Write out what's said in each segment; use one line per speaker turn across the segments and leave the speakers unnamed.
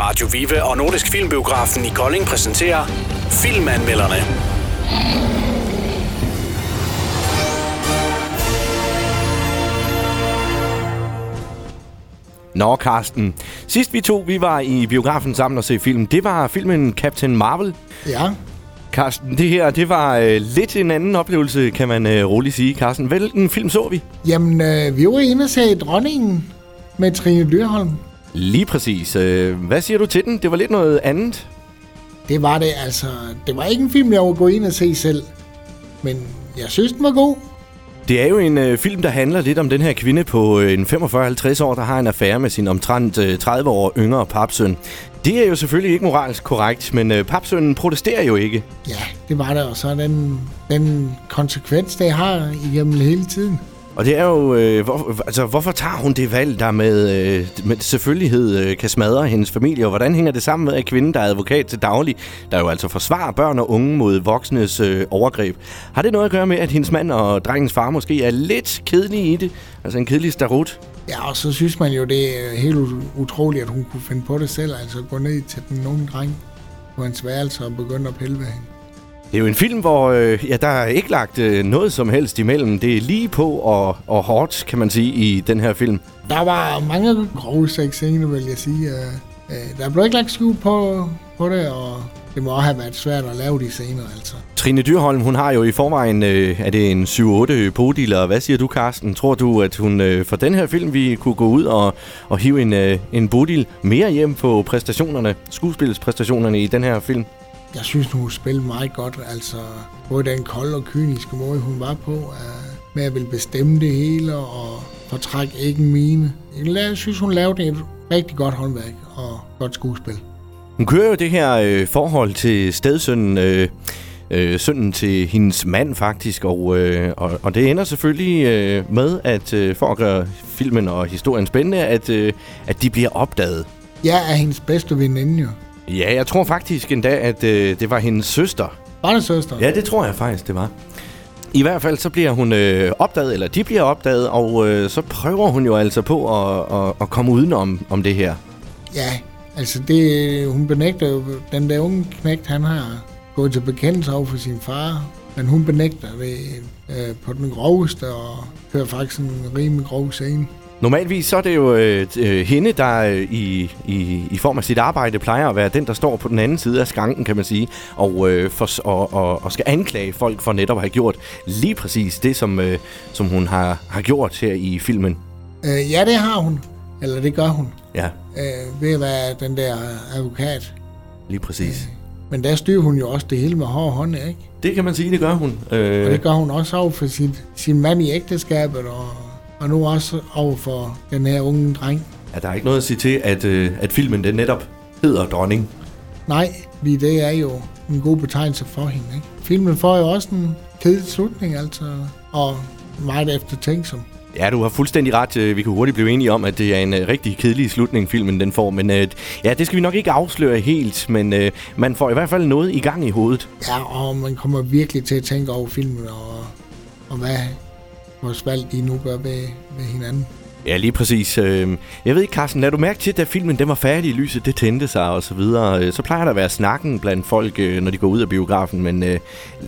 Radio Vive og Nordisk Filmbiografen i Kolding præsenterer Filmanmelderne.
Nå, Karsten. Sidst vi to, vi var i biografen sammen og se film, det var filmen Captain Marvel.
Ja,
Karsten, det her, det var øh, lidt en anden oplevelse, kan man øh, roligt sige. Karsten, hvilken film så vi?
jamen øh, vi var inde og se Dronningen med Trine Dyrholm.
Lige præcis. Øh, hvad siger du til den? Det var lidt noget andet.
Det var det altså. Det var ikke en film, jeg var gå ind og se selv. Men jeg synes, den var god.
Det er jo en øh, film, der handler lidt om den her kvinde på øh, en 45-50 år, der har en affære med sin omtrent øh, 30 år yngre papsøn. Det er jo selvfølgelig ikke moralsk korrekt, men øh, papsønnen protesterer jo ikke.
Ja, det var det, og så den, den konsekvens, det har igennem hele tiden.
Og det er jo, øh, hvor, altså, hvorfor tager hun det valg, der med, øh, med selvfølgelighed øh, kan smadre hendes familie? Og hvordan hænger det sammen med, at kvinden, der er advokat til daglig, der jo altså forsvarer børn og unge mod voksnes øh, overgreb, har det noget at gøre med, at hendes mand og drengens far måske er lidt kedelige i det? Altså en kedelig starut?
Ja, og så synes man jo, det er helt ut- utroligt, at hun kunne finde på det selv. Altså gå ned til den unge dreng på hans værelse og begynde at pille ved hende.
Det er jo en film, hvor øh, ja, der er ikke lagt øh, noget som helst imellem. Det er lige på og, og hårdt, kan man sige, i den her film.
Der var mange grove sexscener, vil jeg sige. Øh, øh, Der blev ikke lagt skjul på, på det, og det må også have været svært at lave de scener, altså.
Trine Dyrholm, hun har jo i forvejen, øh, er det en 7-8 podiler. Hvad siger du, Karsten? Tror du, at hun øh, for den her film, vi kunne gå ud og, og hive en, øh, en bodil mere hjem på præstationerne, skuespilspræstationerne i den her film?
Jeg synes, hun spillede meget godt, altså. Både den kolde og kyniske måde, hun var på, øh, med at ville bestemme det hele og fortrække ikke en mine. Jeg la- synes, hun lavede et rigtig godt håndværk og godt skuespil.
Hun kører jo det her øh, forhold til stedsønnen, øh, øh, sønnen til hendes mand faktisk, og, øh, og, og det ender selvfølgelig øh, med, at øh, for at gøre filmen og historien spændende, at, øh, at de bliver opdaget.
Jeg er hendes bedste veninde, jo.
Ja, jeg tror faktisk endda, at øh, det var hendes søster,
Var det søster?
Ja, det tror jeg faktisk, det var. I hvert fald så bliver hun øh, opdaget, eller de bliver opdaget, og øh, så prøver hun jo altså på at, at, at komme udenom om det her.
Ja, altså det, hun benægter jo, den der unge knægt, han har gået til bekendelse over for sin far, men hun benægter det øh, på den groveste, og hører faktisk en rimelig grov scene.
Normalvis så er det jo øh, t- øh, hende, der øh, i, i, i form af sit arbejde plejer at være den, der står på den anden side af skranken, kan man sige, og, øh, for, og, og, og skal anklage folk for netop at have gjort lige præcis det, som, øh, som hun har, har gjort her i filmen.
Øh, ja, det har hun, eller det gør hun,
Ja,
øh, ved at være den der advokat.
lige præcis.
Men der styrer hun jo også det hele med hård hånd, ikke?
Det kan man sige, det gør hun.
Og
Øh,
det gør hun også over for sin, sin mand i ægteskabet, og, og nu også over for den her unge dreng.
Ja, der er ikke noget at sige til, at, øh, at filmen den netop hedder Dronning.
Nej, fordi det er jo en god betegnelse for hende. Ikke? Filmen får jo også en kedelig slutning, altså, og meget eftertænksom.
Ja, du har fuldstændig ret. Øh, Vi kan hurtigt blive enige om, at det er en øh, rigtig kedelig slutning, filmen den får. Men øh, ja, det skal vi nok ikke afsløre helt, men øh, man får i hvert fald noget i gang i hovedet.
Ja, og man kommer virkelig til at tænke over filmen, og, og hvad vores valg de nu gør ved, ved hinanden.
Ja, lige præcis. Øh, jeg ved ikke, Carsten, lad du mærke til, da filmen den var færdig, lyset det tændte sig og så videre. Øh, Så plejer der at være snakken blandt folk, øh, når de går ud af biografen. Men øh,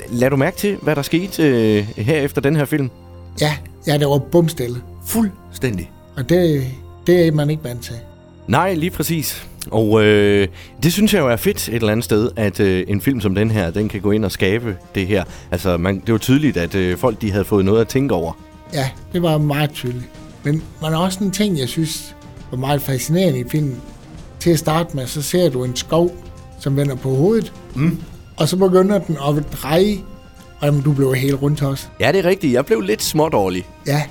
lad du mærke til, hvad der skete øh, her efter den her film?
Ja, ja det var bumstille,
Fuldstændig.
og det, det er man ikke vant til.
Nej, lige præcis. Og øh, det synes jeg jo er fedt et eller andet sted, at øh, en film som den her, den kan gå ind og skabe det her. Altså, man, det var tydeligt, at øh, folk de havde fået noget at tænke over.
Ja, det var meget tydeligt. Men man har også en ting, jeg synes var meget fascinerende i filmen. Til at starte med, så ser du en skov, som vender på hovedet, mm. og så begynder den at dreje, og jamen, du blev helt rundt os.
Ja, det er rigtigt. Jeg blev lidt smådårlig.
Ja,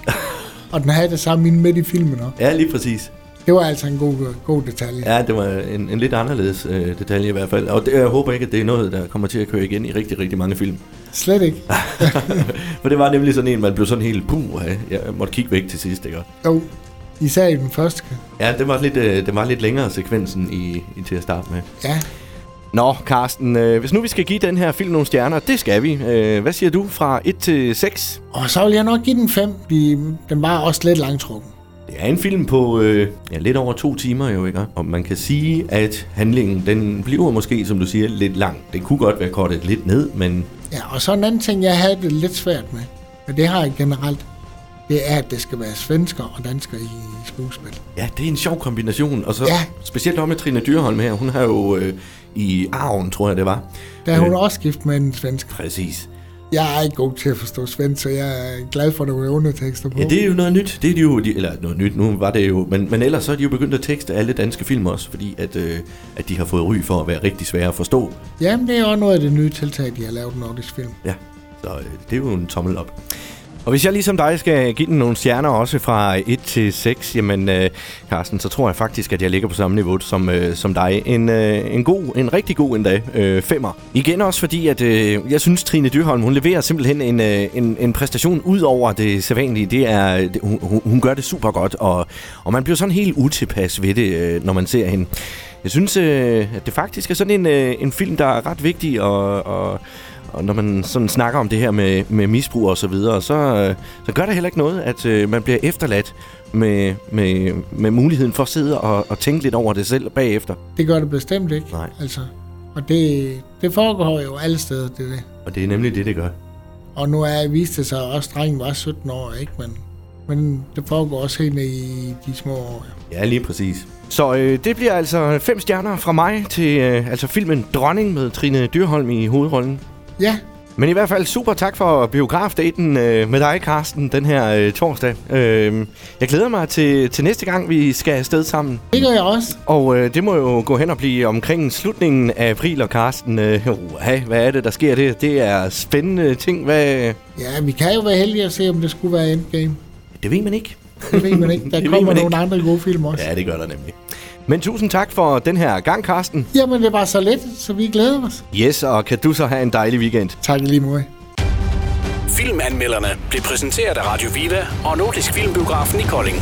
og den havde det samme inde midt i filmen også.
Ja, lige præcis.
Det var altså en god, god detalje.
Ja, det var en, en lidt anderledes øh, detalje i hvert fald. Og det, jeg håber ikke, at det er noget, der kommer til at køre igen i rigtig, rigtig mange film.
Slet ikke.
For det var nemlig sådan en, man blev sådan helt puh, jeg måtte kigge væk til sidst, ikke?
Jo, især i den første.
Ja, det var lidt, øh, det var lidt længere sekvensen i, i, til at starte med.
Ja,
Nå, Carsten, øh, hvis nu vi skal give den her film nogle stjerner, det skal vi. Øh, hvad siger du fra 1 til 6?
og så vil jeg nok give den fem, fordi den var også lidt langtrukken.
Det er en film på øh, ja, lidt over to timer jo, ikke? Og man kan sige, at handlingen, den bliver måske, som du siger, lidt lang. Det kunne godt være kortet lidt ned, men
Ja, og så en anden ting, jeg havde det lidt svært med, men det har jeg generelt, det er, at det skal være svensker og dansker i skuespil.
ja, det er en sjov kombination. Og så ja.
Ja.
specielt om med Trine Dyrholm her, hun har jo øh, i Arven, tror jeg det var. Øh,
Der er hun også gift med en svensker.
Præcis.
Jeg er ikke god til at forstå svensk, så jeg er glad for, at der var undertekster på.
Ja, det er jo noget nyt. Det er de jo, de, eller noget nyt, nu var det jo. Men, men ellers så er de jo begyndt at tekste alle danske film også, fordi at, øh, at de har fået ry for at være rigtig svære at forstå.
Jamen, det er også noget af det nye tiltag, de har lavet i Nordisk Film.
Ja, så øh, det er jo en tommel op. Og hvis jeg ligesom dig skal give den nogle stjerner også fra 1 til 6, jamen øh, Carsten, så tror jeg faktisk, at jeg ligger på samme niveau som, øh, som dig. En, øh, en god, en rigtig god endda, øh, femmer. Igen også fordi, at øh, jeg synes, Trine Dyrholm, hun leverer simpelthen en, øh, en, en præstation ud over det sædvanlige. Det er, det, hun, hun- hun gør det super godt, og, og man bliver sådan helt utilpas ved det, øh, når man ser hende. Jeg synes, øh, at det faktisk er sådan en, øh, en film, der er ret vigtig, og, og, og når man sådan snakker om det her med, med misbrug og så videre, så, øh, så gør det heller ikke noget, at øh, man bliver efterladt med, med, med muligheden for at sidde og, og tænke lidt over det selv bagefter.
Det gør det bestemt ikke.
Nej.
Altså, og det, det foregår jo alle steder, det er det.
Og det er nemlig det, det gør.
Og nu er viste det sig også, at drengen var 17 år, ikke? Men, men det foregår også helt ned i de små år. ja.
Ja, lige præcis. Så øh, det bliver altså fem stjerner fra mig til øh, altså filmen Dronning med Trine Dyrholm i hovedrollen.
Ja,
Men i hvert fald super tak for biografdaten øh, med dig, Karsten, den her øh, torsdag. Øh, jeg glæder mig til, til næste gang, vi skal afsted sammen.
det gør jeg også.
Og øh, det må jo gå hen og blive omkring slutningen af april, og Karsten, øh, uha, hvad er det, der sker det? Det er spændende ting, hvad...
Ja, vi kan jo være heldige at se, om det skulle være Endgame.
Det ved man ikke.
Det ved man ikke.
Det ved
Der kommer
man
nogle andre gode film også. Ja.
Ja, det gør der nemlig. Men tusind tak for den her gang, Karsten.
Jamen, det var så let, så vi glæder os.
Yes, og kan du så have en dejlig weekend.
Tak i lige måde.
Filmanmelderne blev præsenteret af Radio Viva og Nordisk Filmbiografen i Kolding.